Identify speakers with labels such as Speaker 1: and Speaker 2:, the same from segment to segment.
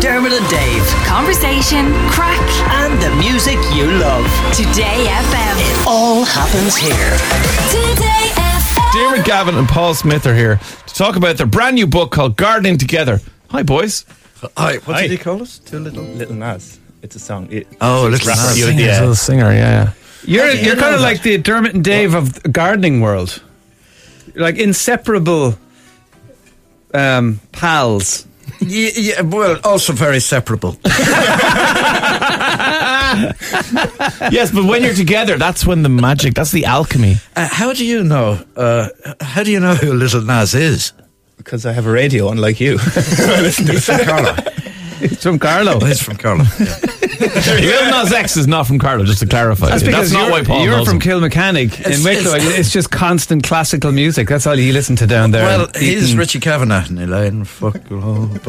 Speaker 1: Dermot and Dave
Speaker 2: Conversation, crack,
Speaker 1: and the music you love.
Speaker 2: Today FM.
Speaker 1: All happens here.
Speaker 2: Today FM.
Speaker 3: Dermot Gavin and Paul Smith are here to talk about their brand new book called Gardening Together. Hi, boys.
Speaker 4: Hi, what
Speaker 5: Hi.
Speaker 4: did he call us? Two little.
Speaker 5: Little Nas. It's a song. It, uh,
Speaker 4: Oh,
Speaker 5: it's
Speaker 4: Little
Speaker 5: rapper.
Speaker 4: Nas.
Speaker 5: You-
Speaker 4: Singers,
Speaker 5: yeah.
Speaker 3: singer, yeah.
Speaker 6: You're
Speaker 4: Okay, I
Speaker 6: you're kind
Speaker 4: know
Speaker 6: of
Speaker 4: that.
Speaker 6: like the Dermot and Dave of the gardening world, You're like inseparable um, pals.
Speaker 4: Yeah, yeah, well, also very separable.
Speaker 3: yes, but when you're together, that's when the magic, that's the alchemy.
Speaker 4: uh, how do you know? Uh, how do you know who Little Nas is?
Speaker 5: Because I have a radio, unlike you. I listen to
Speaker 4: From Carlo.
Speaker 6: It's from Carlo.
Speaker 4: Oh, he's from Carlo. Yeah.
Speaker 3: Lil Nas X is not from Carlo, just to clarify. That's, not
Speaker 6: you're,
Speaker 3: why Paul
Speaker 6: you're
Speaker 3: knows
Speaker 6: from
Speaker 3: him.
Speaker 6: Kilmechanic
Speaker 4: It's-
Speaker 6: in Wicklow.
Speaker 4: it's-
Speaker 6: It's, just constant classical music. That's all you listen to down there.
Speaker 4: Well, he's
Speaker 6: Eating-
Speaker 4: Richie Kavanagh and Elaine. Fuck you all.
Speaker 3: Do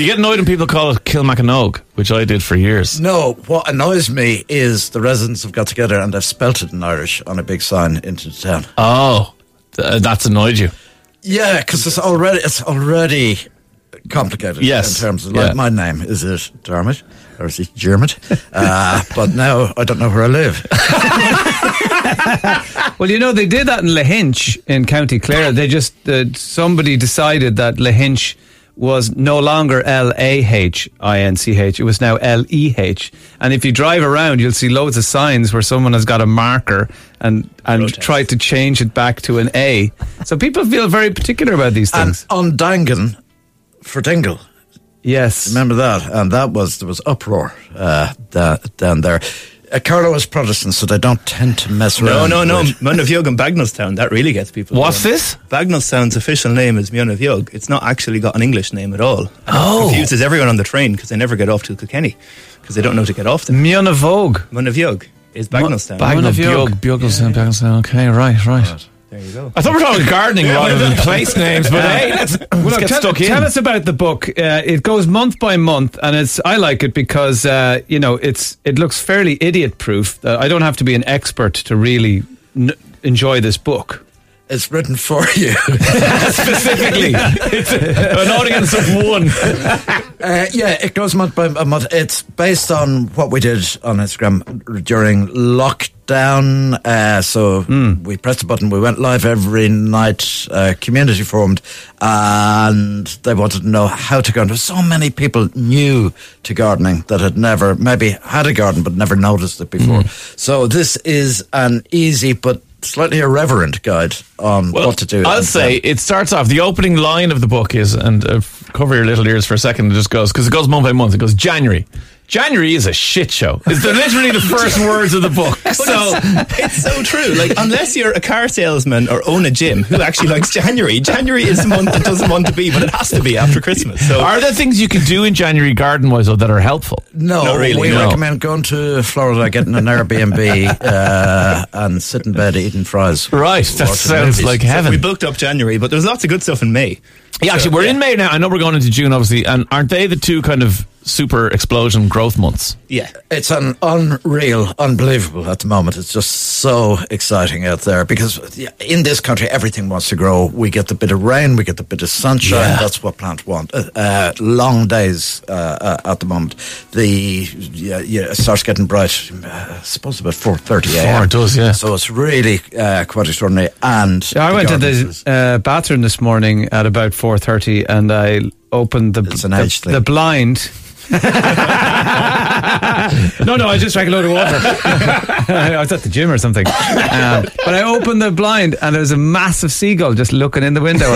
Speaker 3: you get annoyed when people call it Kilmacanogue, which I did for years?
Speaker 4: No, what annoys me is the residents have got together and they've spelt it in Irish on a big sign into the town.
Speaker 3: Oh, th- that's annoyed you.
Speaker 4: Yeah, because it's already it's already complicated.
Speaker 3: Yes,
Speaker 4: in terms of
Speaker 3: yeah.
Speaker 4: like my name is it Dermot or is it Dermot? uh, but now I don't know where I live.
Speaker 6: Well, you know they did that in Lahinch in County Clare. They just uh, somebody decided that Lahinch was no longer L A H I N C H. It was now L E H. And if you drive around, you'll see loads of signs where someone has got a marker and and tried to change it back to an A. So people feel very particular about these
Speaker 4: and
Speaker 6: things.
Speaker 4: on Dangan for Dingle.
Speaker 6: yes.
Speaker 4: Remember that? And that was there was uproar uh, da- down there. Uh, Carlo is Protestant, so they don't tend to mess
Speaker 5: No,
Speaker 4: around.
Speaker 5: no, no.
Speaker 4: with-
Speaker 5: Munavjog and Bagnallstown. That really gets people.
Speaker 3: What's
Speaker 5: going.
Speaker 3: this?
Speaker 5: Bagnallstown's official name is Munavjog. It's not actually got an English name at all. Oh. It confuses everyone on the train because they never get off to Kilkenny because they don't know to get off them.
Speaker 6: Miona Vogue.
Speaker 5: Munavjog is Bagnallstown.
Speaker 6: Bag- One
Speaker 3: Bagnall,
Speaker 6: of York.
Speaker 3: Bjog, Bjoglestown, Bjoglestown. Okay, right, right.
Speaker 5: there you go.
Speaker 3: I thought we were talking gardening rather than place names, but hey, let's,
Speaker 6: Well,
Speaker 3: let's
Speaker 6: look,
Speaker 3: get
Speaker 6: tell,
Speaker 3: stuck in.
Speaker 6: tell us about the book. Uh, it goes month by month, and it's I like it because uh, you know it's it looks fairly idiot proof. Uh, I don't have to be an expert to really n- enjoy this book.
Speaker 4: It's written for you.
Speaker 3: specifically. it's an audience of one.
Speaker 4: Uh, yeah, it goes month by month. It's based on what we did on Instagram during lockdown. Uh, so we pressed a button, we went live every night, uh, community formed, and they wanted to know how to garden. So many people new to gardening that had never, maybe had a garden, but never noticed it before. So this is an easy but slightly irreverent guide on what to do.
Speaker 3: I'll
Speaker 4: and
Speaker 3: say it starts off. The opening line of the book is, and uh, f- cover your little ears for a second. It just goes because it goes month by month. It goes January. January is a shit show. It's the, literally the first words of the book. So
Speaker 5: It's so true. Like, unless you're a car salesman or own a gym, who actually likes January? January is the month that doesn't want to be, but it has to be after Christmas. So
Speaker 3: Are there things you can do in January garden wise though that are helpful?
Speaker 4: No,
Speaker 5: Not really,
Speaker 4: we
Speaker 3: no.
Speaker 4: recommend going to Florida, getting an Airbnb, uh, and sit in bed eating fries.
Speaker 3: Right, that
Speaker 4: Watching
Speaker 3: sounds
Speaker 4: movies.
Speaker 3: like
Speaker 5: So
Speaker 3: heaven.
Speaker 5: we booked up January, but there's lots of good stuff in May.
Speaker 3: yeah, actually, we're in May now. I know we're going into June, obviously, and aren't they the two kind of super explosion growth months?
Speaker 5: Yeah.
Speaker 4: It's an unreal, unbelievable at the moment. It's just so exciting out there because yeah, in this country, everything wants to grow. We get the bit of rain, we get the bit of sunshine. That's what plants want. Uh, uh, long days uh, uh, at the moment. The yeah, yeah, it starts getting bright. uh, I suppose about four thirty a.m.
Speaker 3: Four, it does, yeah.
Speaker 4: So it's really uh, quite extraordinary. And
Speaker 6: I
Speaker 4: the
Speaker 6: went to
Speaker 4: gardens
Speaker 6: the
Speaker 4: is-
Speaker 6: uh, bathroom this morning at about four thirty, and I opened the
Speaker 4: It's an age
Speaker 6: the,
Speaker 4: thing.
Speaker 6: the blind. no, no, I just drank a load of water. I was at the gym or something, um, but I opened the blind and there was a massive seagull just looking in the window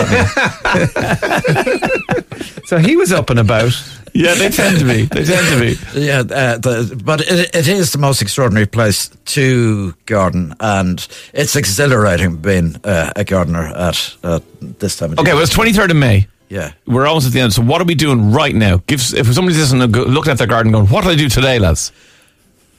Speaker 6: at me. so he was up and about.
Speaker 3: Yeah, they tend to be. They tend to be.
Speaker 4: Yeah, uh, the, but it, it is the most extraordinary place to garden, and it's exhilarating being uh, a gardener at uh, this time of
Speaker 3: Okay,
Speaker 4: year.
Speaker 3: well, it's 23rd of May.
Speaker 4: Yeah.
Speaker 3: We're almost at the end. So, what are we doing right now? Give, s- if somebody's listening, and go- looking at their garden, going, "What do I do today, lads?"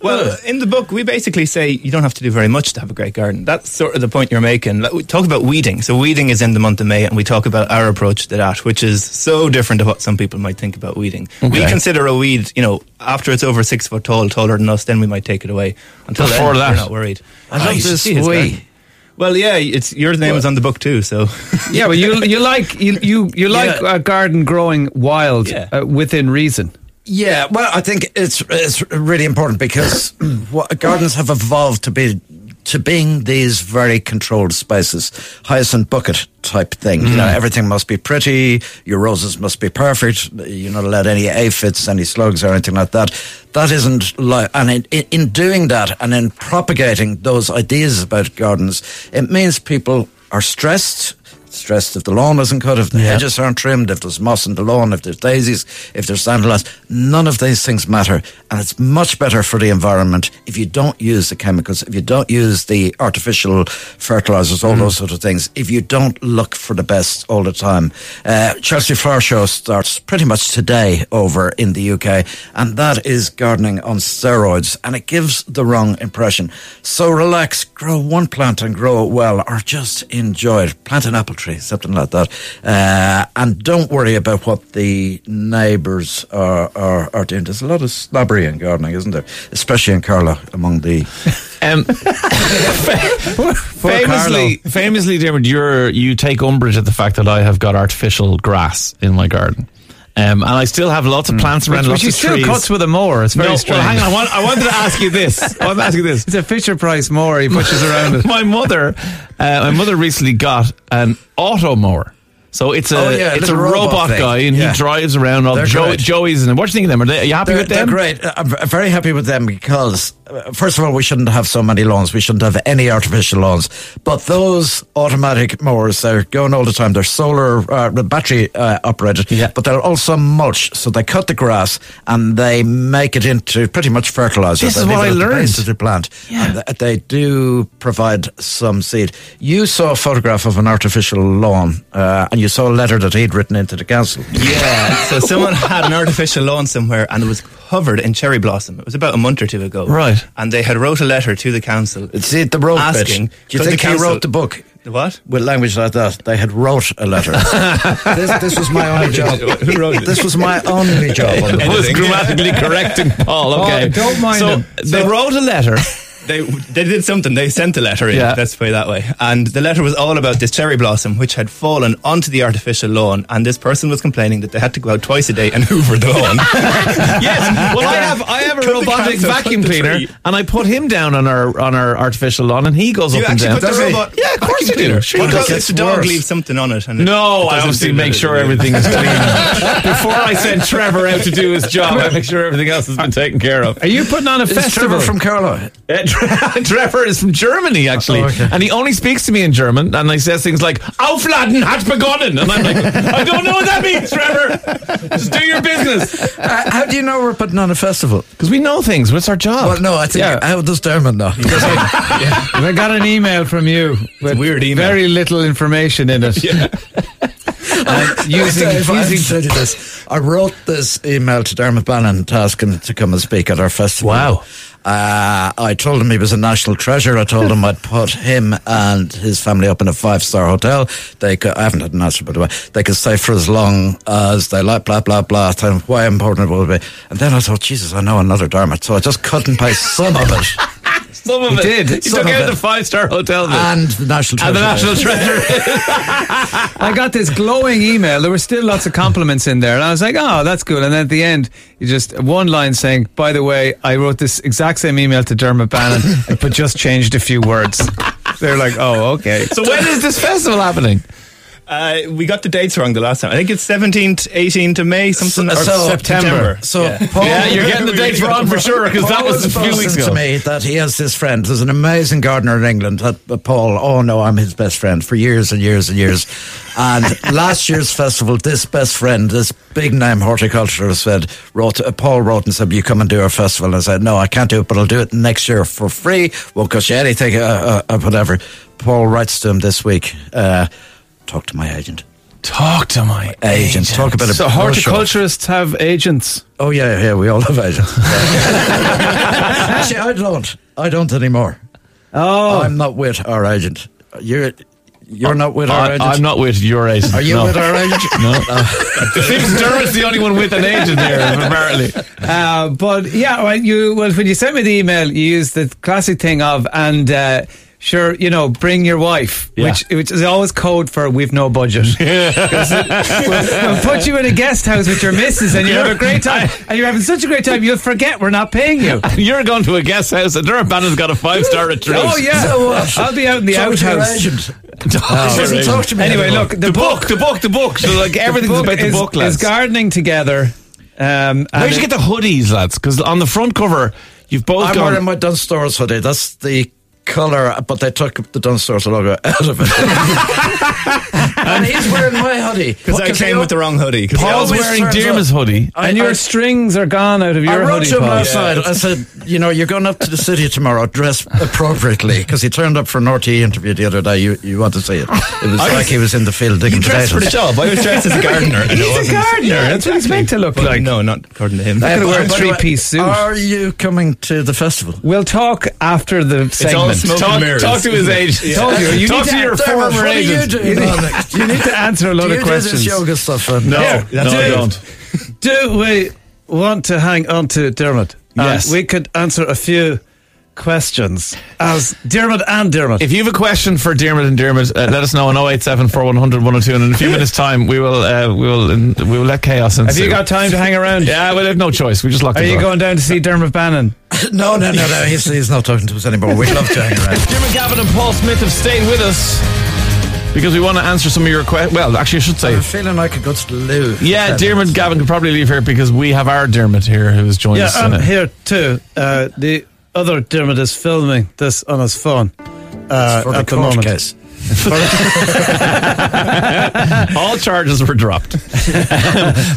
Speaker 5: Well, in the book, we basically say you don't have to do very much to have a great garden. That's sort of the point you're making. Like, we talk about weeding. So, weeding is in the month of May, and we talk about our approach to that, which is so different to what some people might think about weeding. We
Speaker 3: Okay.
Speaker 5: consider a weed, you know, after it's over six foot tall, taller than us, then we might take it away. Until
Speaker 3: Before
Speaker 5: then,
Speaker 3: that.
Speaker 5: we're not worried.
Speaker 4: I love
Speaker 5: Right.
Speaker 4: this
Speaker 5: See his
Speaker 4: we.
Speaker 5: garden. Well, yeah, it's your name is on the book too, so
Speaker 6: Yeah, but you you like you you, you like
Speaker 4: Yeah.
Speaker 6: a garden growing wild
Speaker 5: Yeah.
Speaker 6: uh, within reason.
Speaker 4: Yeah, well, I think it's it's really important because what, gardens have evolved to be to being these very controlled spaces, hyacinth bucket type thing. You know, everything must be pretty. Your roses must be perfect. You're not allowed any aphids, any slugs, or anything like that. That isn't like, and in, in- in doing that and in propagating those ideas about gardens, it means people are stressed stressed if the lawn isn't cut, if the hedges aren't trimmed, if there's moss in the lawn, if there's daisies, if there's dandelions. None of these things matter. And it's much better for the environment if you don't use the chemicals, if you don't use the artificial fertilizers, all those sort of things, if you don't look for the best all the time. Uh, Chelsea Flower Show starts pretty much today over in the UK, and that is gardening on steroids, and it gives the wrong impression. So relax, grow one plant and grow it well, or just enjoy it. Plant an apple tree, something like that, uh, and don't worry about what the neighbours are, are are doing. There's a lot of snobbery in gardening, isn't there? Especially in Carlow among the
Speaker 3: Um, famously, famously, Dermot, you're, you take umbrage at the fact that I have got artificial grass in my garden. Um, and I still have lots of plants around lots
Speaker 6: Which, which he
Speaker 3: of
Speaker 6: still
Speaker 3: trees.
Speaker 6: cuts with a mower. It's very
Speaker 3: no,
Speaker 6: strange.
Speaker 3: well, hang on. I, want, I wanted to ask you this. I wanted to ask you this.
Speaker 6: It's a Fisher Price mower. He pushes around it.
Speaker 3: my mother, uh, my mother recently got an auto mower. So it's a
Speaker 4: Oh, yeah,
Speaker 3: it's a
Speaker 4: little
Speaker 3: robot,
Speaker 4: robot thing.
Speaker 3: guy, and
Speaker 4: Yeah.
Speaker 3: he drives around all the
Speaker 4: They're
Speaker 3: jo-
Speaker 4: great.
Speaker 3: Joey's. And what do you think of them? Are, they, are you happy
Speaker 4: they're,
Speaker 3: with them?
Speaker 4: they're great. Uh, I'm v- very happy with them because, uh, first of all, we shouldn't have so many lawns. We shouldn't have any artificial lawns. But those automatic mowers, they're going all the time. They're solar, uh, battery uh, operated,
Speaker 3: Yeah.
Speaker 4: but they're also mulch. So they cut the grass and they make it into pretty much fertilizer.
Speaker 3: This
Speaker 4: They
Speaker 3: is
Speaker 4: leave
Speaker 3: what
Speaker 4: it
Speaker 3: I
Speaker 4: at the
Speaker 3: learned.
Speaker 4: base of the plant. And th- they do provide some seed. You saw a photograph of an artificial lawn uh, and you saw a letter that he'd written into the council.
Speaker 5: yeah. So someone had an artificial lawn somewhere, and it was covered in cherry blossom. It was about a month or two ago,
Speaker 3: Right.
Speaker 5: And they had wrote a letter to the council.
Speaker 4: See, the road
Speaker 5: Asking,
Speaker 4: pitch. Do you
Speaker 5: could
Speaker 4: think
Speaker 5: the
Speaker 4: he
Speaker 5: council-
Speaker 4: wrote the book?
Speaker 5: What?
Speaker 4: With language like that, they had wrote a letter. this, this was my only job.
Speaker 5: Who wrote it?
Speaker 4: This was my only job. On the
Speaker 3: It
Speaker 4: book.
Speaker 3: was grammatically correcting Paul. Okay,
Speaker 6: don't mind
Speaker 3: So
Speaker 6: him.
Speaker 3: they wrote a letter.
Speaker 5: They they did something. They sent a letter in.
Speaker 3: Yeah.
Speaker 5: Let's put it that way. And the letter was all about this cherry blossom which had fallen onto the artificial lawn, and this person was complaining that they had to go out twice a day and hoover the lawn.
Speaker 3: yes. Well, I have I have
Speaker 5: Cut
Speaker 3: a
Speaker 5: the
Speaker 3: robotic
Speaker 5: council, cut
Speaker 3: vacuum
Speaker 5: the
Speaker 3: cleaner,
Speaker 5: tree.
Speaker 3: and I put him down on our on our artificial lawn, and he goes
Speaker 5: You
Speaker 3: up and
Speaker 5: actually
Speaker 3: down.
Speaker 5: put the
Speaker 3: Does he?
Speaker 5: robot-
Speaker 3: Yeah, of course you
Speaker 5: Computer.
Speaker 3: do. Sure,
Speaker 5: What
Speaker 3: you
Speaker 5: about
Speaker 3: do.
Speaker 5: if the dog
Speaker 4: worse.
Speaker 5: leaves something on it? And it-
Speaker 3: No,
Speaker 5: it
Speaker 3: I
Speaker 5: doesn't
Speaker 3: obviously
Speaker 5: do
Speaker 3: make
Speaker 5: that,
Speaker 3: sure
Speaker 5: it-
Speaker 3: everything is clean. Before I send Trevor out to do his job, I make sure everything else has been taken care of.
Speaker 6: Are you putting on a
Speaker 4: It's
Speaker 6: festival?
Speaker 4: Trevor from Carlo.
Speaker 3: Uh, Tre- Trevor is from Germany, actually,
Speaker 4: Oh, okay.
Speaker 3: and he only speaks to me in German, and he says things like "Aufladen hat begonnen," and I'm like, "I don't know what that means, Trevor. Just do your business."
Speaker 4: Uh, how do you know we're putting on a festival?
Speaker 3: Because we know things. What's our job?
Speaker 4: Well, no, I think
Speaker 3: Yeah.
Speaker 4: how does Dermot know?
Speaker 6: I got an email from you with
Speaker 5: weird email.
Speaker 6: very little information in it. And using
Speaker 4: Sorry if I
Speaker 6: using
Speaker 4: said this. I wrote this email to Dermot Bannon to ask him to come and speak at our festival.
Speaker 3: Wow.
Speaker 4: Uh, I told him he was a national treasure. I told him I'd put him and his family up in a five star hotel. They could, I haven't had an answer, by the way. They could stay for as long as they like, blah, blah, blah. I told him why important it would be. And then I thought, Jesus, I know another Dermot. So I just cut and paste some of it.
Speaker 3: some of
Speaker 6: He
Speaker 3: it.
Speaker 6: did.
Speaker 3: He
Speaker 4: Some
Speaker 3: took
Speaker 4: of
Speaker 3: out
Speaker 4: it.
Speaker 3: the five star hotel bit.
Speaker 4: And the national treasure.
Speaker 3: and the national treasure.
Speaker 6: I got this glowing email. There were still lots of compliments in there, and I was like, "Oh, that's cool." And then at the end, you just one line saying, "By the way, I wrote this exact same email to Dermot Bannon, but just changed a few words." They're like, "Oh, okay."
Speaker 3: so when is this festival happening?
Speaker 5: Uh, we got the dates wrong the last time. I think it's 17th, 18th of May, something like
Speaker 4: so-
Speaker 5: September.
Speaker 4: So
Speaker 5: Yeah.
Speaker 4: Paul,
Speaker 3: Yeah, you're getting the dates wrong for sure because that was a few
Speaker 4: Paul
Speaker 3: weeks
Speaker 4: said
Speaker 3: ago.
Speaker 4: to me that he has this friend. There's an amazing gardener in England. That uh, Paul. Oh no, I'm his best friend for years and years and years. And last year's festival, this best friend, this big name horticulturist, said, wrote uh, Paul wrote and said, "Will "You come and do our festival." And I said, "No, I can't do it, but I'll do it next year for free. Won't cost you anything, uh, uh, uh, whatever." Paul writes to him this week. Uh, Talk to my agent.
Speaker 3: Talk to my
Speaker 4: Agent. Talk about a
Speaker 6: So
Speaker 4: brochure.
Speaker 6: horticulturists have agents.
Speaker 4: Oh yeah, yeah, we all have agents. Actually, I don't. I don't anymore.
Speaker 6: Oh,
Speaker 4: I'm not with our agent. You're you're not with our
Speaker 3: I,
Speaker 4: agent.
Speaker 3: I'm not with your agent.
Speaker 4: Are you
Speaker 3: no.
Speaker 4: with our agent?
Speaker 3: No. it seems Dermot's the only one with an agent here, apparently.
Speaker 6: Uh, but yeah, well, you well when you sent me the email, you used the classic thing of and uh, sure, you know, bring your wife,
Speaker 3: Yeah.
Speaker 6: which which is always code for we've no budget. 'Cause it- we'll, we'll put you in a guest house with your missus, and you have a great time, and you're having such a great time, you'll forget we're not paying you.
Speaker 3: You're going to a guest house and Durban has got a five star retreat. Oh,
Speaker 6: Oh yeah,
Speaker 3: uh,
Speaker 6: I'll be out in the
Speaker 4: Talk to your
Speaker 6: outhouse.
Speaker 4: agent.
Speaker 3: Doesn't
Speaker 4: talk to me
Speaker 6: Anyway,
Speaker 4: anymore.
Speaker 6: look,
Speaker 3: The,
Speaker 6: the,
Speaker 3: book, the book, the book. So like everything's
Speaker 6: book
Speaker 3: about the
Speaker 6: is,
Speaker 3: book, lads.
Speaker 6: is gardening together. Um, and
Speaker 3: Where'd you
Speaker 6: it-
Speaker 3: get the hoodies, lads? Because on the front cover, you've both
Speaker 4: I'm
Speaker 3: gone.
Speaker 4: wearing my Dunstores hoodie. That's the colour, but they took the Dunstores logo out of it. and he's wearing my hoodie.
Speaker 5: Because I came with the wrong hoodie. 'Cause
Speaker 4: Paul-
Speaker 3: Paul's
Speaker 4: always
Speaker 3: wearing
Speaker 4: turns
Speaker 3: Derma's
Speaker 4: up.
Speaker 3: hoodie.
Speaker 4: I-
Speaker 6: and your
Speaker 4: I-
Speaker 6: strings are gone out of
Speaker 4: I
Speaker 6: your
Speaker 4: wrote
Speaker 6: hoodie
Speaker 4: to him
Speaker 6: Paul.
Speaker 3: uh,
Speaker 4: last night. I said, you know, you're going up to the city tomorrow. Dress appropriately. Because he turned up for an RT interview the other day. You, you want to see it. It was like he was in the field digging potatoes.
Speaker 5: dressed for the job. I was dressed as a gardener. and it
Speaker 6: He's a
Speaker 5: wasn't.
Speaker 6: gardener. That's what he's meant to look
Speaker 5: But
Speaker 6: like.
Speaker 5: no, not according to him.
Speaker 4: Uh,
Speaker 6: Gonna
Speaker 4: but-
Speaker 6: wear a
Speaker 4: by the way,
Speaker 6: three-piece suit.
Speaker 4: Are you coming to the festival?
Speaker 6: We'll talk after the
Speaker 5: all
Speaker 6: segment.
Speaker 5: smoke and
Speaker 3: Talk,
Speaker 5: mirrors.
Speaker 3: talk to his agent.
Speaker 6: Told you, you
Speaker 3: talk
Speaker 6: need
Speaker 3: to,
Speaker 6: to
Speaker 3: your
Speaker 6: act-
Speaker 3: former
Speaker 4: what are you
Speaker 3: agent.
Speaker 4: doing? Alex?
Speaker 6: you need to answer a
Speaker 4: Do
Speaker 6: lot
Speaker 4: you
Speaker 6: of
Speaker 4: do this
Speaker 6: questions.
Speaker 4: yoga stuff? uh,
Speaker 3: No,
Speaker 6: Here,
Speaker 3: no,
Speaker 6: do
Speaker 3: I
Speaker 6: it.
Speaker 3: don't.
Speaker 6: Do we want to hang on to Dermot? And
Speaker 3: Yes.
Speaker 6: we could answer a few questions as Dermot and Dermot.
Speaker 3: If you have a question for Dermot and Dermot, uh, let us know on 087 4100 102. And in a few minutes' time, we will uh, we will we will let chaos ensue.
Speaker 6: have you got time to hang around?
Speaker 3: Yeah, we'll have no choice. We just locked
Speaker 6: Are
Speaker 3: the
Speaker 6: you
Speaker 3: door.
Speaker 6: going down to see Dermot Bannon?
Speaker 4: No, Oh, no, no, no. He's, he's not talking to us anymore. We'd love to hang around.
Speaker 3: Dermot Gavin and Paul Smith have stayed with us because we want to answer some of your questions. Well, actually, I should say.
Speaker 6: Uh,
Speaker 4: I'm feeling like a good to loo.
Speaker 3: Yeah, Dermot Gavin could probably leave here because we have our Dermot here who has joined us. in it.
Speaker 6: here too. Uh, the other Dermot is filming this on his phone uh,
Speaker 4: for the court case.
Speaker 3: All charges were dropped.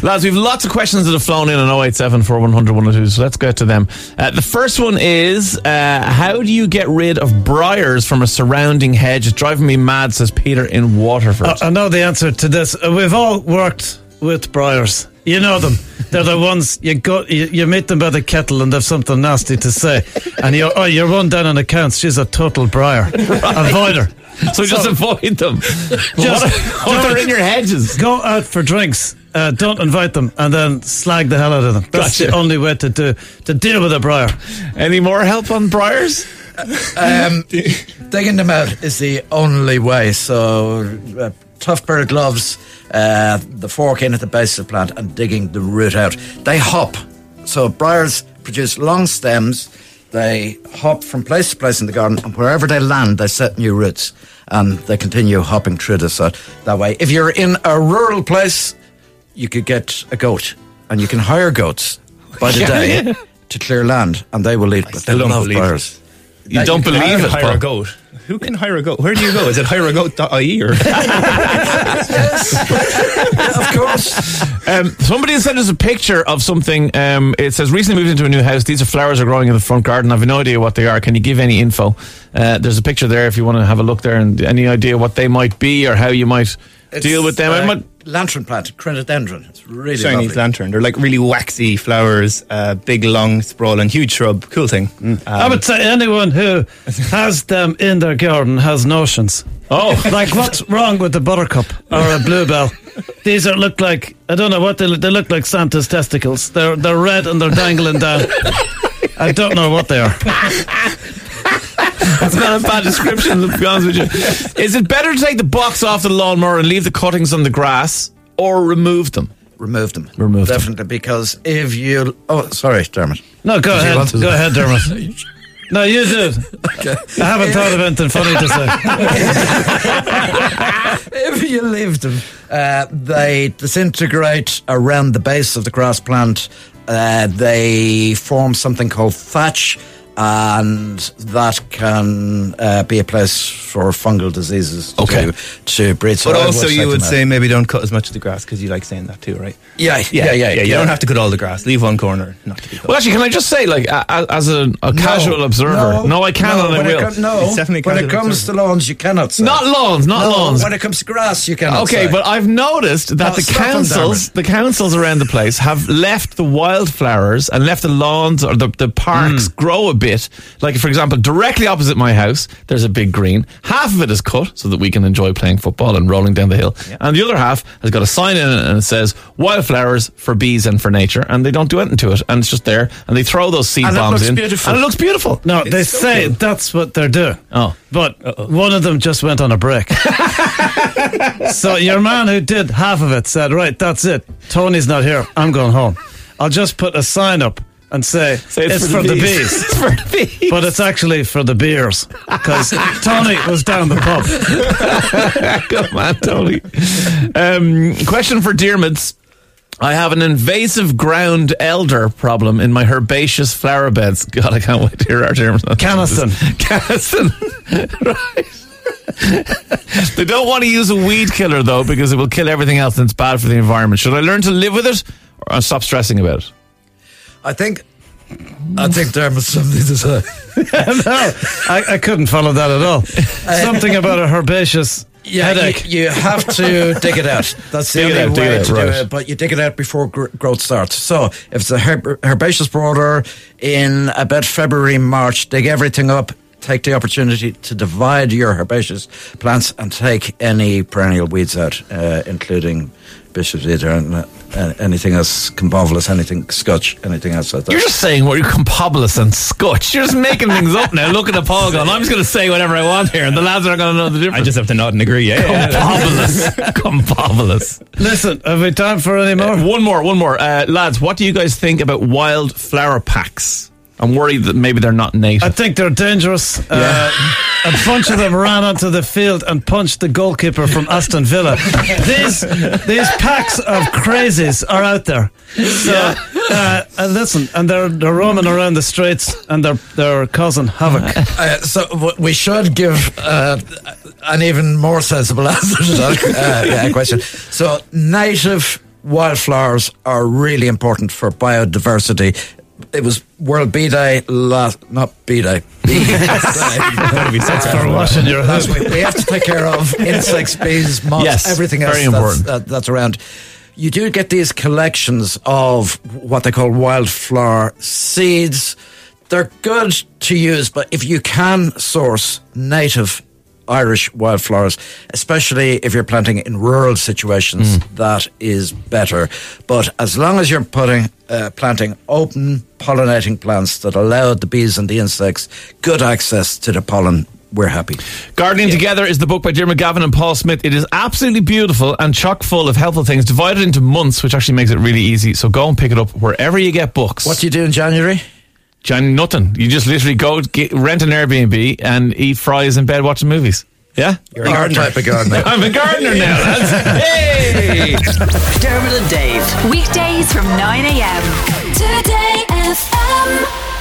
Speaker 3: Lads, we've lots of questions that have flown in on 087 4100 102, so let's get to them. Uh, the first one is uh, How do you get rid of briars from a surrounding hedge? It's driving me mad, says Peter in Waterford.
Speaker 6: I know the answer to this. Uh, We've all worked with briars. You know them. They're the ones you go. You, you meet them by the kettle and they've something nasty to say, and you oh you're one down on accounts. She's a total briar. Avoid her.
Speaker 3: um, so just avoid them. what if- what if they're in your hedges?
Speaker 6: Go out for drinks. Uh, don't invite them, and then slag the hell out of them. That's
Speaker 3: Gotcha.
Speaker 6: the only way to do to deal with a briar.
Speaker 3: Any more help on briars?
Speaker 4: Um, digging them out is the only way. So, uh, tough pair of gloves, uh, the fork in at the base of the plant, and digging the root out. They hop. So, briars produce long stems. They hop from place to place in the garden, and wherever they land, they set new roots, and they continue hopping through the sod. That way, if you're in a rural place, you could get a goat, and you can hire goats by the day to clear land, and they will eat. But they
Speaker 5: still don't
Speaker 4: love
Speaker 5: believe it.
Speaker 4: briars.
Speaker 3: You
Speaker 4: Like,
Speaker 3: don't
Speaker 4: you
Speaker 5: I
Speaker 3: believe
Speaker 5: can
Speaker 3: it.
Speaker 5: hire a
Speaker 3: Paul.
Speaker 5: goat. Who can hire a goat? Where do you go? Is it hireagoat.ie E or
Speaker 4: of course.
Speaker 3: Um, somebody sent us a picture of something. Um, it says recently moved into a new house. These are flowers are growing in the front garden. I've no idea what they are. Can you give any info? Uh, there's a picture there if you want to have a look there and any idea what they might be or how you might deal with them. I might-
Speaker 4: lantern plant, crenodendron. It's really
Speaker 5: Chinese
Speaker 4: lovely.
Speaker 5: lantern? They're like really waxy flowers, uh, big, long, sprawling, huge shrub. Cool thing. Uh,
Speaker 6: I would say anyone who has them in their garden has notions.
Speaker 3: oh,
Speaker 6: Like, what's wrong with the buttercup or a bluebell? These are look like I don't know what they look, they look like Santa's testicles. They're they're red and they're dangling down. I don't know what they are.
Speaker 3: that's not a bad description. To be honest with you, is it better to take the box off the lawnmower and leave the cuttings on the grass, or remove them?
Speaker 4: Remove them.
Speaker 3: Remove them.
Speaker 4: Definitely, because if you. Oh, sorry, Dermot.
Speaker 6: No, go
Speaker 3: Um,
Speaker 4: you
Speaker 6: ahead,
Speaker 4: want to-
Speaker 6: go ahead, Dermot. No, you do. I haven't thought of anything funny to say.
Speaker 4: If you leave them, uh, they disintegrate around the base of the grass plant. Uh, they form something called thatch, and that can uh, be a place for fungal diseases
Speaker 3: Okay.
Speaker 4: to, to breed. So
Speaker 5: But
Speaker 4: I
Speaker 5: also,
Speaker 4: take
Speaker 5: you
Speaker 4: them
Speaker 5: would
Speaker 4: out.
Speaker 5: say maybe don't cut as much of the grass because you like saying that too, right?
Speaker 4: Yeah, yeah, yeah.
Speaker 5: yeah. You don't have to cut all the grass. Leave one corner. Not to be cut.
Speaker 3: Well, actually, can I just say, like, a- a- as a, a casual observer, no, I can
Speaker 4: no,
Speaker 3: and
Speaker 4: when
Speaker 3: I
Speaker 4: it
Speaker 3: will.
Speaker 4: com- no,
Speaker 5: It's definitely
Speaker 4: when it
Speaker 5: casual
Speaker 4: comes
Speaker 5: observer.
Speaker 4: to lawns, you cannot. Say.
Speaker 3: Not lawns, not
Speaker 4: No,
Speaker 3: lawns.
Speaker 4: When it comes to grass, you cannot.
Speaker 3: Okay,
Speaker 4: say.
Speaker 3: but I've noticed that
Speaker 6: Oh,
Speaker 4: No,
Speaker 3: the
Speaker 4: stop them,
Speaker 3: councils, the
Speaker 6: Mm.
Speaker 3: councils around the place, have left the wildflowers and left the lawns or the, the parks grow a bit. Like, for example, directly opposite my house, there's a big green. Half of it is cut so that we can enjoy playing football and rolling down the hill. And the other half has got a sign in it and it says wildflowers for bees and for nature. And they don't do anything to it. And it's just there. And they throw those seed
Speaker 4: And it
Speaker 3: bombs
Speaker 4: looks
Speaker 3: in.
Speaker 4: beautiful.
Speaker 3: And it looks beautiful.
Speaker 6: No, they say that's what they're doing.
Speaker 3: Oh.
Speaker 6: But one of them just went on a break. so your man who did half of it said, Right, that's it. Tony's not here. I'm going home. I'll just put a sign up and say,
Speaker 3: Say
Speaker 6: it's, for, the bees.
Speaker 3: it's for the bees.
Speaker 6: But it's actually for the beers because Tony was down the pub.
Speaker 3: Good man, Tony. Um, question for Dearmids. I have an invasive ground elder problem in my herbaceous flower beds. God, I can't wait to hear our Dearmids.
Speaker 6: Caniston.
Speaker 3: Caniston. right. they don't want to use a weed killer, though, because it will kill everything else and it's bad for the environment. Should I learn to live with it or stop stressing about it?
Speaker 4: I think. I think Dermot's something to say.
Speaker 6: no, I, I couldn't follow that at all. Something about a herbaceous headache.
Speaker 4: You, you have to dig it out. That's the
Speaker 3: Dig it
Speaker 4: only
Speaker 3: out, dig
Speaker 4: way
Speaker 3: it out,
Speaker 4: to
Speaker 3: right.
Speaker 4: do it. But you dig it out before gr- growth starts. So if it's a herb- herbaceous border in about February, March, dig everything up. Take the opportunity to divide your herbaceous plants and take any perennial weeds out, uh, including bishop's eater and uh, anything else, convolvulus, anything scotch, anything else like that.
Speaker 3: You're just saying what you compobulus and scotch. You're just making things up now. Look at the Paul going, I'm just going to say whatever I want here, and the lads are going to know the difference.
Speaker 5: I just have to nod and agree. Yeah, yeah, yeah.
Speaker 3: Compobulus. Compobulus.
Speaker 6: Listen, have we time for any more?
Speaker 3: One more, one more. Uh, lads, what do you guys think about wild flower packs? I'm worried that maybe they're not
Speaker 6: I
Speaker 3: native.
Speaker 6: think they're dangerous. Uh, a bunch of them ran onto the field and punched the goalkeeper from Aston Villa. These these packs of crazies are out there. So uh, uh, listen, and they're they're roaming around the streets and they're they're causing havoc.
Speaker 4: Uh, so w- we should give uh, an even more sensible answer to that uh, yeah, question. So native wildflowers are really important for biodiversity. It was World Bee Day last, not Bee Day. Bee Day.
Speaker 6: That's for washing your
Speaker 4: That's
Speaker 6: house.
Speaker 4: what we have to take care of insects, bees, moths,
Speaker 3: Yes,
Speaker 4: everything else
Speaker 3: very
Speaker 4: that's,
Speaker 3: important.
Speaker 4: That, that's around. You do get these collections of what they call wildflower seeds. They're good to use, but if you can source native Irish wildflowers, especially if you're planting in rural situations,
Speaker 3: Hmm.
Speaker 4: that is better. But as long as you're putting uh, planting open pollinating plants that allow the bees and the insects good access to the pollen, we're happy.
Speaker 3: Gardening Together is the book by Jim McGavin and Paul Smith. It is absolutely beautiful and chock full of helpful things, divided into months, which actually makes it really easy. So go and pick it up wherever you get books.
Speaker 4: What do you do in January?
Speaker 3: Jan, nothing. You just literally go get, rent an Airbnb and eat fries in bed watching movies. Yeah?
Speaker 4: You're our type of gardener.
Speaker 3: I'm a gardener now. lads. hey!
Speaker 1: Dermot and Dave.
Speaker 2: Weekdays from 9 a.m. Today FM.